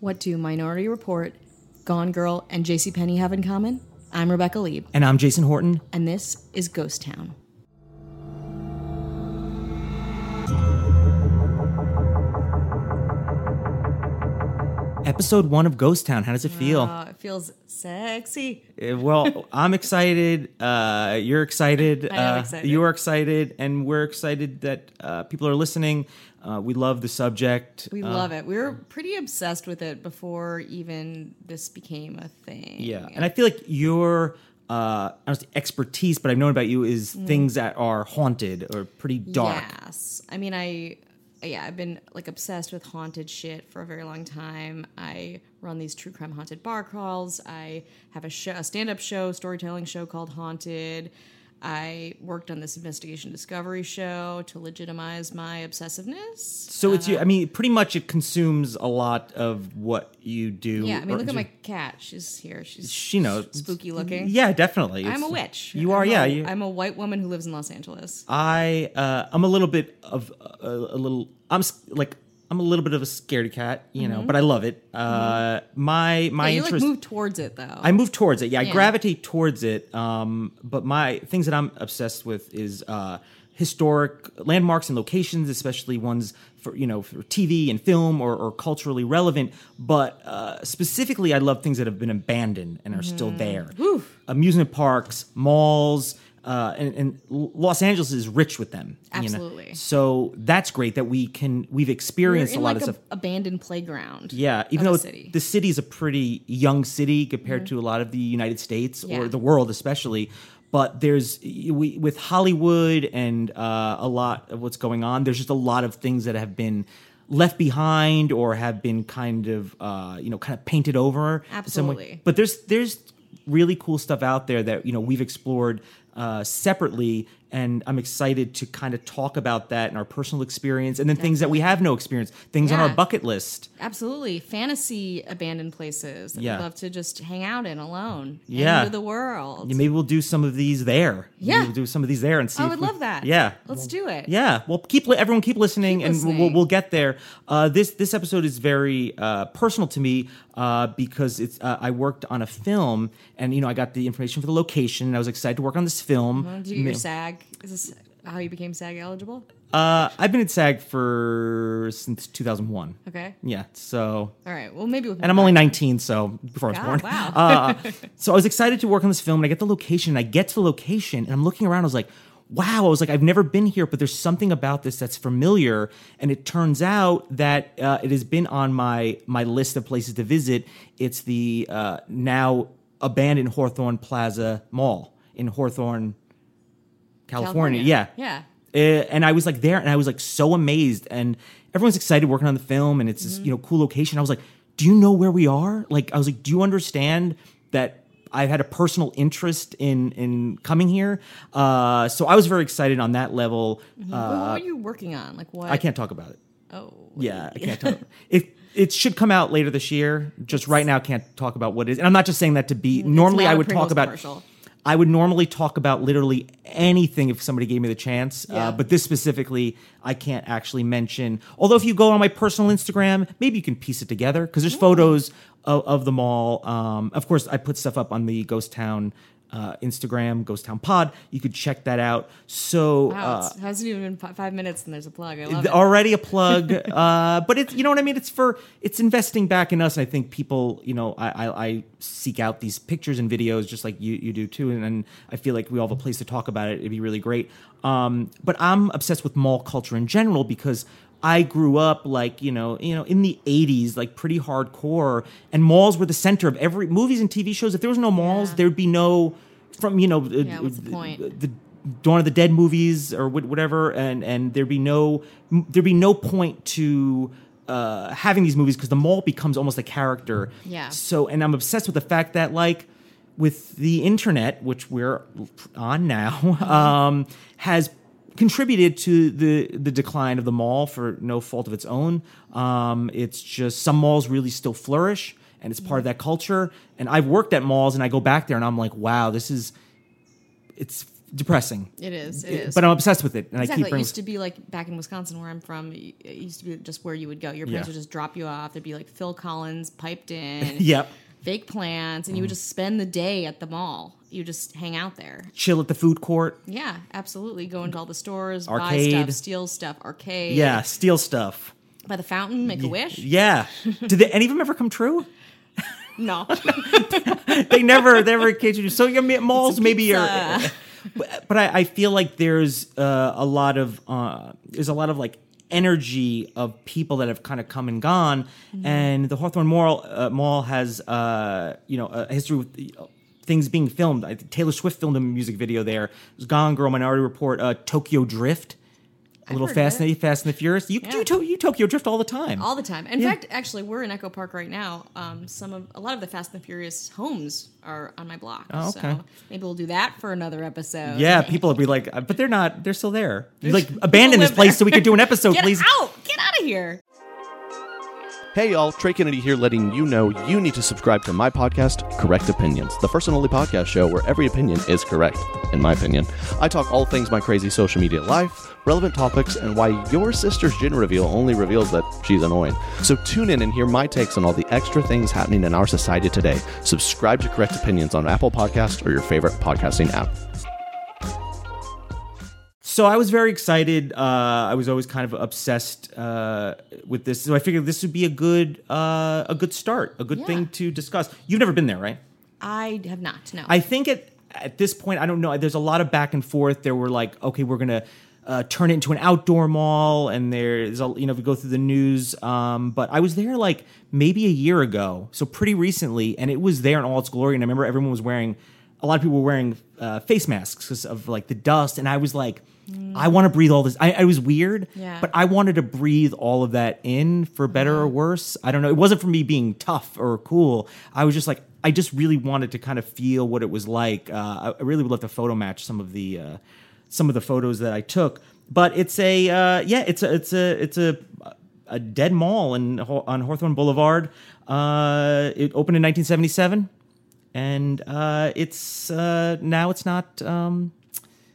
What do Minority Report, Gone Girl, and JCPenney have in common? I'm Rebecca Lieb, And I'm Jason Horton. and this is Ghost Town. Episode one of Ghost Town. How does it feel? Uh, it feels sexy. Uh, well, I'm excited. Uh, you're excited. I am uh, excited. You are excited, and we're excited that uh, people are listening. Uh, we love the subject. We love it. We were pretty obsessed with it before even this became a thing. Yeah, and I feel like your uh, I don't know, expertise, but I've known about you is Mm. things that are haunted or pretty dark. Yes. I mean, I yeah, I've been like obsessed with haunted shit for a very long time. I run these true crime haunted bar crawls. I have a, show, a stand-up show, storytelling show called Haunted. I worked on this investigation discovery show to legitimize my obsessiveness. So it's you. I mean, pretty much it consumes a lot of what you do. Yeah, I mean, or- look at my cat. She's here. She's She knows. spooky looking. Yeah, definitely. I'm a It's- witch. You are. I'm a- yeah. You, I'm a white woman who lives in Los Angeles. I uh, I'm a little bit of a, a little I'm s- like I'm a little bit of a scaredy cat, you know, but I love it. Uh, my Mm-hmm. Yeah, my you like interest move towards it though. I move towards it. Yeah, Yeah. I gravitate towards it. Um, but my things that I'm obsessed with is uh, historic landmarks and locations, especially ones for you know for TV and film or, or culturally relevant. But uh, specifically, I love things that have been abandoned and are Mm-hmm. still there. Amusement parks, malls. Uh, and, and L- Los Angeles is rich with them. you know? Absolutely. So that's great that we can we've You're experienced in a lot like of a stuff. abandoned playground. Yeah, of even though a it- city. Mm-hmm. the city's a pretty young city compared to a lot of the United States Yeah. or the world, especially. But there's we with Hollywood and uh, a lot of what's going on. There's just a lot of things that have been left behind or have been kind of uh, you know kind of painted over. in some way. Absolutely. But there's there's really cool stuff out there that you know we've explored uh, separately, and I'm excited to kind of talk about that and our personal experience, and then things that we have no experience, things on Yeah. our bucket list. Absolutely. Fantasy abandoned places that Yeah. we love to just hang out in alone. Yeah. End of the world. Yeah, maybe we'll do some of these there. Maybe Yeah. we'll do some of these there and see. I if would we- love that. Yeah, Let's do it. yeah. Well, keep li- everyone keep listening, Keep and listening. We'll, we'll get there. Uh, this this episode is very uh, personal to me uh, because it's uh, I worked on a film, and you know I got the information for the location, and I was excited to work on this film. Do you get your SAG? Is this how you became SAG eligible? Uh, I've been at SAG for since 2001. Okay. Yeah, so All right. Well, maybe with Mm. and I'm only 19, so before I was God, born. wow. Uh, so I was excited to work on this film, and I get the location. And I get to the location, and I'm looking around. I was like, "Wow!" I was like, "I've never been here, but there's something about this that's familiar." And it turns out that uh, it has been on my my list of places to visit. It's the uh, now abandoned Hawthorne Plaza Mall in Hawthorne, California. Yeah, Yeah. uh, and I was like there, and I was like so amazed, and everyone's excited working on the film, and it's this you know cool location. I was like, do you know where we are? Like, I was like, do you understand that I've had a personal interest in in coming here? Uh, so I was very excited on that level. Uh, Well, what were you working on? Like what? I can't talk about it. Oh. Yeah, I can't talk. It it should come out later this year. Just right now, can't talk about what it is. And I'm not just saying that to be. normally, not I a would talk Pringles about. commercial. I would normally talk about literally anything if somebody gave me the chance. Yeah. Uh, but this specifically, I can't actually mention. Although, if you go on my personal Instagram, maybe you can piece it together because there's photos of, of the mall. Um, of course, I put stuff up on the Ghost Town. Uh, Instagram, Ghost Town Pod. You could check that out. So, Wow. uh, it's- it hasn't even been fi- five minutes and there's a plug. I love it. already a plug uh but it's you know what i mean it's for it's investing back in us and i think people you know i i, I seek out these pictures and videos just like you you do too and, and i feel like we all have a place to talk about it it'd be really great um but i'm obsessed with mall culture in general because I grew up like you know, you know, in the '80s, like pretty hardcore, and malls were the center of every movies and TV shows. If there was no malls, Yeah. there'd be no from you know. Yeah, what's the point? the Dawn of the Dead movies or wh- whatever, and and there'd be no m- there'd be no point to uh, having these movies because the mall becomes almost a character. Yeah. So, and I'm obsessed with the fact that like with the internet, which we're on now, um, has contributed to the the decline of the mall for no fault of its own. Um, it's just some malls really still flourish. And it's part of that culture. And I've worked at malls, and I go back there, and I'm like, "Wow, this is it's depressing. It is. It is. But I'm obsessed with it, and I exactly. keep It bringing. used to be like back in Wisconsin where I'm from. y- It used to be just where you would go. Your Yeah. parents would just drop you off. There'd be like Phil Collins piped in. Yep. Fake plants, and you would Mm. just spend the day at the mall. You just hang out there. Chill at the food court. Yeah, absolutely. Go into all the stores, buy Arcade. stuff, steal stuff, arcade. Yeah, steal stuff. By the fountain, make a wish. Yeah. Did they, any of them ever come true? No. They never, they never came true. So I mean, malls maybe are. pizza. But, but I, I feel like there's uh, a lot of uh, there's a lot of like energy of people that have kind of come and gone, Mm-hmm. and the Hawthorne Mall uh, Mall has uh, you know a history with. uh, Things being filmed. I think Taylor Swift filmed a music video there. It was Gone Girl, Minority Report, uh, Tokyo Drift, a little heard of it. Fast and Fast and the Furious. You, you, Yeah. to, you Tokyo Drift all the time. all the time. In fact, actually, we're in Echo Park right now. Um, some of a lot of the Fast and the Furious homes are on my block. Oh, okay. So maybe we'll do that for another episode. Yeah, people would be like, uh, but they're not. They're still there. You like abandon this live place there. so we could do an episode, Get please. out! Get out of here! Hey, y'all, Trey Kennedy here, letting you know you need to subscribe to my podcast, Correct Opinions, the first and only podcast show where every opinion is correct, in my opinion. I talk all things my crazy social media life, relevant topics, and why your sister's gin reveal only reveals that she's annoying. So tune in and hear my takes on all the extra things happening in our society today. Subscribe to Correct Opinions on Apple Podcasts or your favorite podcasting app. So I was very excited. Uh, I was always kind of obsessed uh, with this, so I figured this would be a good uh, a good start, a good Yeah. thing to discuss. You've never been there, right? I have not. No. I think at at this point, I don't know. There's a lot of back and forth. There were like, okay, we're gonna uh, turn it into an outdoor mall, and there's a, you know, if you go through the news. Um, but I was there like maybe a year ago, so pretty recently, and it was there in all its glory. And I remember everyone was wearing. A lot of people were wearing uh, face masks 'cause of like the dust, and I was like, I want to breathe all this. I, I was weird, Yeah. but I wanted to breathe all of that in for better or worse. I don't know. It wasn't for me being tough or cool. I was just like, I just really wanted to kind of feel what it was like. Uh, I- I really would love to photo match some of the uh, some of the photos that I took. But it's a uh, yeah, it's a it's a it's a a dead mall in Haw- on Hawthorne Boulevard. Uh, it opened in 1977, and uh, it's uh, now it's not. Um,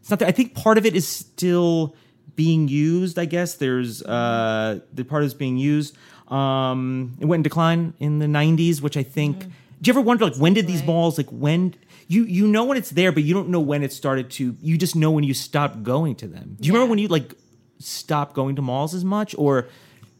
it's not there. I think part of it is still being used. I guess there's uh, the part is being used. Um, it went in decline in the '90s, which I think. Do you ever wonder, like, when did these Mm-hmm. Right. malls, like, when you you know when it's there, but you don't know when it started to. You just know when you stopped going to them. Do you remember Yeah. when you like stopped going to malls as much, or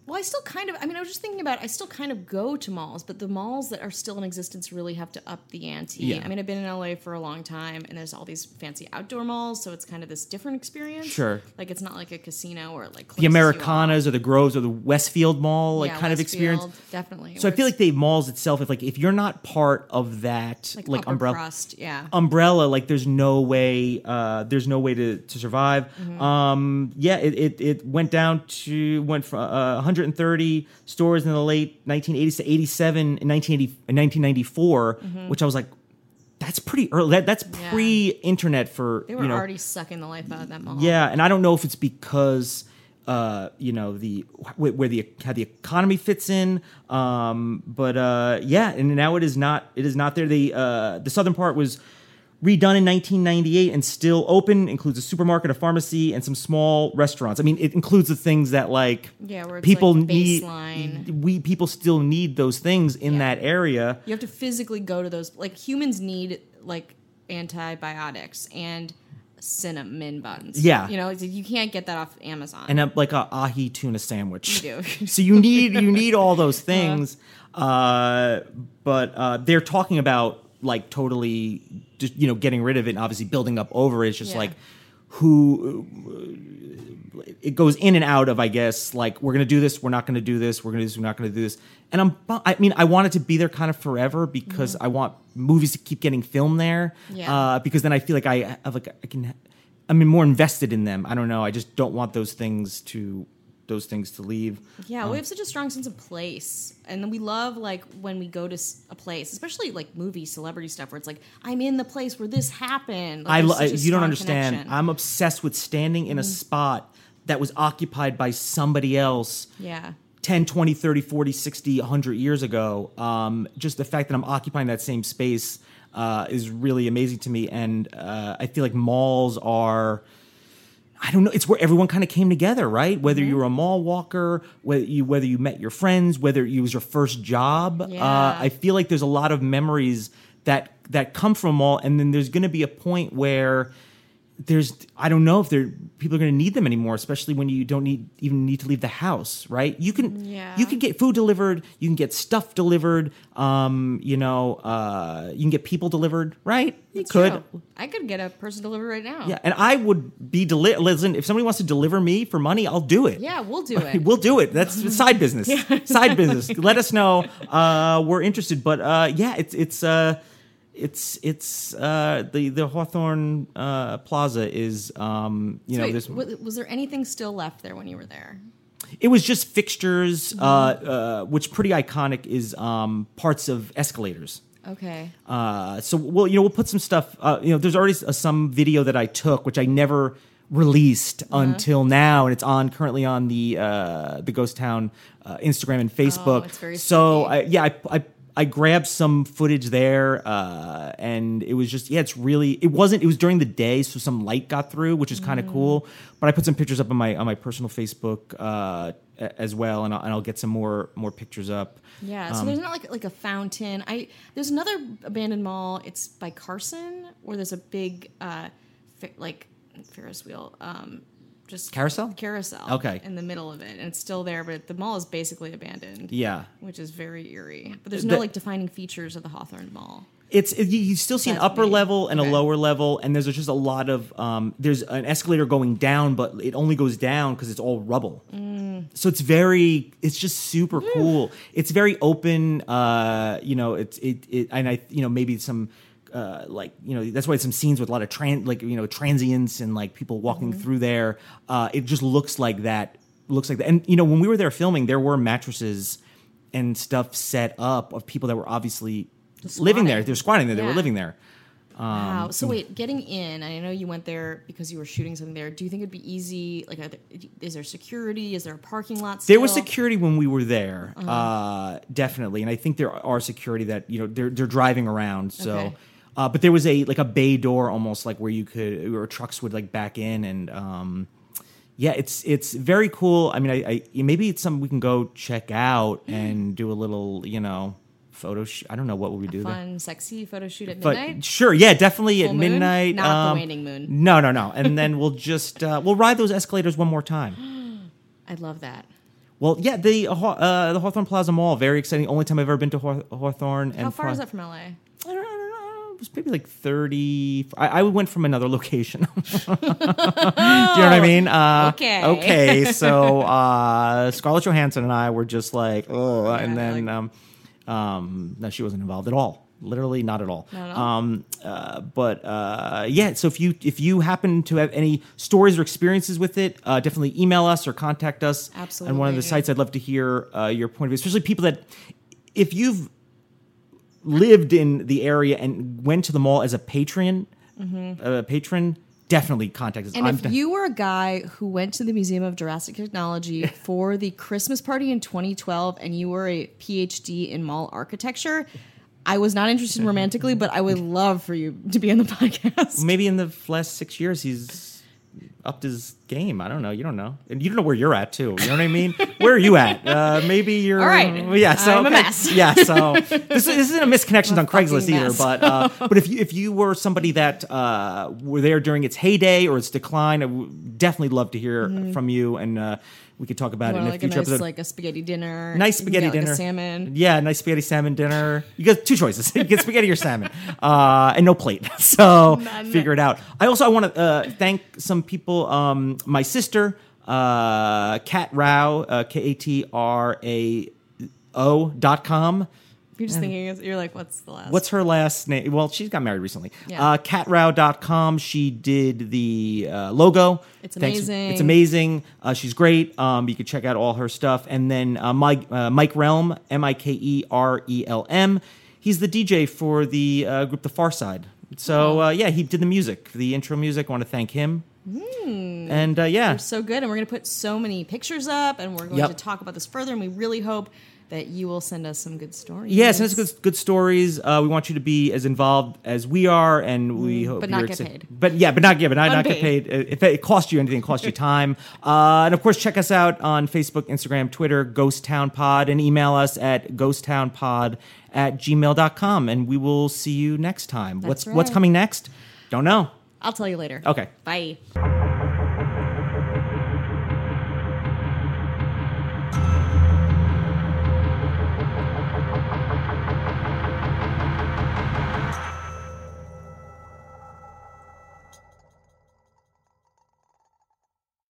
Well, I still kind of, I mean, I was just thinking about, it, I still kind of go to malls, but the malls that are still in existence really have to up the ante. Yeah. I mean, I've been in LA for a long time and there's all these fancy outdoor malls, so it's kind of this different experience. Sure. Like it's not like a casino or like the Americanas or the Groves or the Westfield Mall, like, kind of experience? Definitely. So I where feel it's like the malls itself, if like if you're not part of that, like, upper umbrella, um, crust, yeah. umbrella like there's no way uh there's no way to to survive Mm-hmm. um yeah it, it it went down to went from uh, 130 stores in the late 1980s to 87 in 1980 in 1994 which i was like that's pretty early that, that's Mm-hmm. Yeah. pre-internet for they were you know already sucking the life out of that mall. yeah, and I don't know if it's because uh, you know the wh- where the how the economy fits in, um, but uh, yeah, and now it is not it is not there. The uh, the southern part was redone in 1998 and still open. Includes a supermarket, a pharmacy, and some small restaurants. I mean, it includes the things that like Yeah, where it's people like need. baseline. We people still need those things in Yeah. that area. You have to physically go to those. Like humans need like antibiotics and cinnamon buns. Yeah. You know, it's- you can't get that off Amazon. and a, like a ahi tuna sandwich. You do. Uh-huh. so you need you need all those things. Uh, but uh, they're talking about like totally, just, you know, getting rid of it and obviously building up over it. It's just Yeah. like who uh, it goes in and out of. I guess like we're gonna do this, we're not gonna do this, we're gonna do this, we're not gonna do this. And I'm, bu- I mean, I want it to be there kind of forever because I want movies to keep getting filmed there. Mm-hmm. Yeah. Uh, because then I feel like I have like I can I'm more invested in them. I don't know. I just don't want those things to those things to leave. Yeah, we have such a strong sense of place, and then we love like when we go to s- a place, especially like movie celebrity stuff, where it's like I'm in the place where this happened. Like, I there's lo- such a you don't strong understand. connection. Mm-hmm. I'm obsessed with standing in a spot that was occupied by somebody else yeah, 10 20 30 40 60 100 years ago um, just the fact that i'm occupying that same space uh, is really amazing to me and uh, i feel like malls are I don't know. It's where everyone kind of came together, right? Whether you were a mall walker, whether you whether you met your friends, whether it was your first job. Uh, Yeah. I feel like there's a lot of memories that that come from a mall, and then there's going to be a point where there's I don't know if there people are going to need them anymore, especially when you don't need even need to leave the house, right? You can Yeah. you can get food delivered, you can get stuff delivered, um, you know, uh, you can get people delivered, right? You It's could. true. I could get a person delivered right now. Yeah, and I would be deli- listen. If somebody wants to deliver me for money, I'll do it. Yeah, we'll do it. We'll do it. That's side business. Side business. Let us know. Uh, we're interested. But uh, yeah, it's it's uh, it's it's uh, the the Hawthorne uh, Plaza is um, you So know wait, this. wa- was there anything still left there when you were there? It was just fixtures, uh, uh, which pretty iconic is um, parts of escalators. Okay. Uh, so we'll you know we'll put some stuff. Uh, you know, there's already uh, some video that I took, which I never released Uh-huh. until now, and it's on currently on the uh, the Ghost Town uh, Instagram and Facebook. Oh, it's very so spooky. I, yeah, I. I I grabbed some footage there, uh, and it was just yeah. It's really it wasn't. It was during the day, so some light got through, which is kind of Mm. cool. But I put some pictures up on my on my personal Facebook uh, a- as well, and I'll, and I'll get some more more pictures up. Um, Yeah, so there's not like like a fountain. I there's another abandoned mall. It's by Carson, where there's a big uh, fer- like Ferris wheel, um, just Carousel? carousel. Okay. in the middle of it, and it's still there, but the mall is basically abandoned. Yeah, which is very eerie. But there's no The- like defining features of the Hawthorne Mall. it's it- you, you still see an That's upper me. level and a Okay. lower level and there's just a lot of um, there's an escalator going down but it only goes down because it's all rubble Mm. so it's very it's just super Hmm. cool it's very open uh you know it's it, it and i you know maybe some uh, like you know that's why some scenes with a lot of trans like you know transients and like people walking Mm-hmm. through there uh it just looks like that looks like that and you know when we were there filming there were mattresses and stuff set up of people that were obviously living there squatting. they're squatting there they were Yeah. living there Um, wow. hmm. So wait, getting in. I know you went there because you were shooting something there. Do you think it'd be easy? Like, are there, is there security? Is there a parking lot? Still? There was security when we were there, Uh-huh. uh definitely, and I think there are security that you know they're they're driving around. So, Okay. uh, but there was a like a bay door almost like where you could where trucks would like back in, and um, yeah, it's it's very cool. I mean, I, I maybe it's something we can go check out Mm. and do a little you know photo. Sh- I don't know what would we do there. fun, sexy photo shoot at But midnight. sure, yeah, definitely at Full moon? midnight. um, Not the waning moon. No, no, no. And then we'll just uh, we'll ride those escalators one more time. I love that. Well, yeah, the uh, Haw- uh, the Hawthorne Plaza Mall, very exciting. Only time I've ever been to Haw- Hawthorne. And How far Pla- is that from LA? I don't, know, I don't know. It was maybe like thirty. I, I went from another location. Do you know what I mean? Uh, Oh, Okay. Okay. So uh, Scarlett Johansson and I were just like, oh, and Yeah, then um, um, no, she wasn't involved at all. Literally, not at all. Not at all. Um, uh, but uh, yeah, so if you if you happen to have any stories or experiences with it, uh, definitely email us or contact us on one of the Absolutely. sites. I'd love to hear uh, your point of view, especially people that if you've lived in the area and went to the mall as a patron, uh, patron definitely contact us. Mm-hmm. And if de- you were a guy who went to the Museum of Jurassic Technology for the Christmas party in 2012 and you were a PhD in mall architecture, I was not interested romantically, but I would love for you to be on the podcast. maybe in the last six years he's upped his game. I don't know. You don't know, and you don't know where you're at too. You know what I mean? where are you at? Uh, maybe you're. All right. Yeah. So I'm a okay. mess. Yeah. So this, this isn't a misconnections on Craigslist fucking either, mess. but uh, but if you, if you were somebody that uh, were there during its heyday or its decline, I would definitely love to hear from you, and uh, we could talk about it Or in a Mm-hmm. like a future nice, episode. like a spaghetti dinner. Nice You can spaghetti get, like, dinner. a salmon. Yeah, nice spaghetti salmon dinner. You got two choices. you get spaghetti or salmon, uh, and no plate. So figure it out. I also I want to uh, thank some people. Um, my sister, uh, Kat Rao, uh, K A T R A O dot com. You're just thinking, you're like, what's the last? What's her last name? Well, she's got married recently. Yeah. Uh, catrao.com. She did the uh, logo. It's amazing. It's amazing. Uh, she's great. Um, you can check out all her stuff. And then uh, Mike, uh, Mike Realm, M I K E R E L M. He's the DJ for the uh, group The Far Side. So, uh, yeah, he did the music, the intro music. I want to thank him. Hmm. And uh, yeah, They're so good, and we're going to put so many pictures up, and we're going Yep. to talk about this further. And we really hope that you will send us some good stories. Yes, and it's good, good stories. Uh, we want you to be as involved as we are, and we hope Mm-hmm. but not you're get exci- paid. But yeah, but not get, but not, not get Unpaid. paid. Uh, If it costs you anything, it costs you time. Uh, and of course, check us out on Facebook, Instagram, Twitter, Ghost Town Pod, and email us at ghosttownpod at gmail.com. And we will see you next time. what's That's What's right. coming next? Don't know. I'll tell you later. Okay. Bye.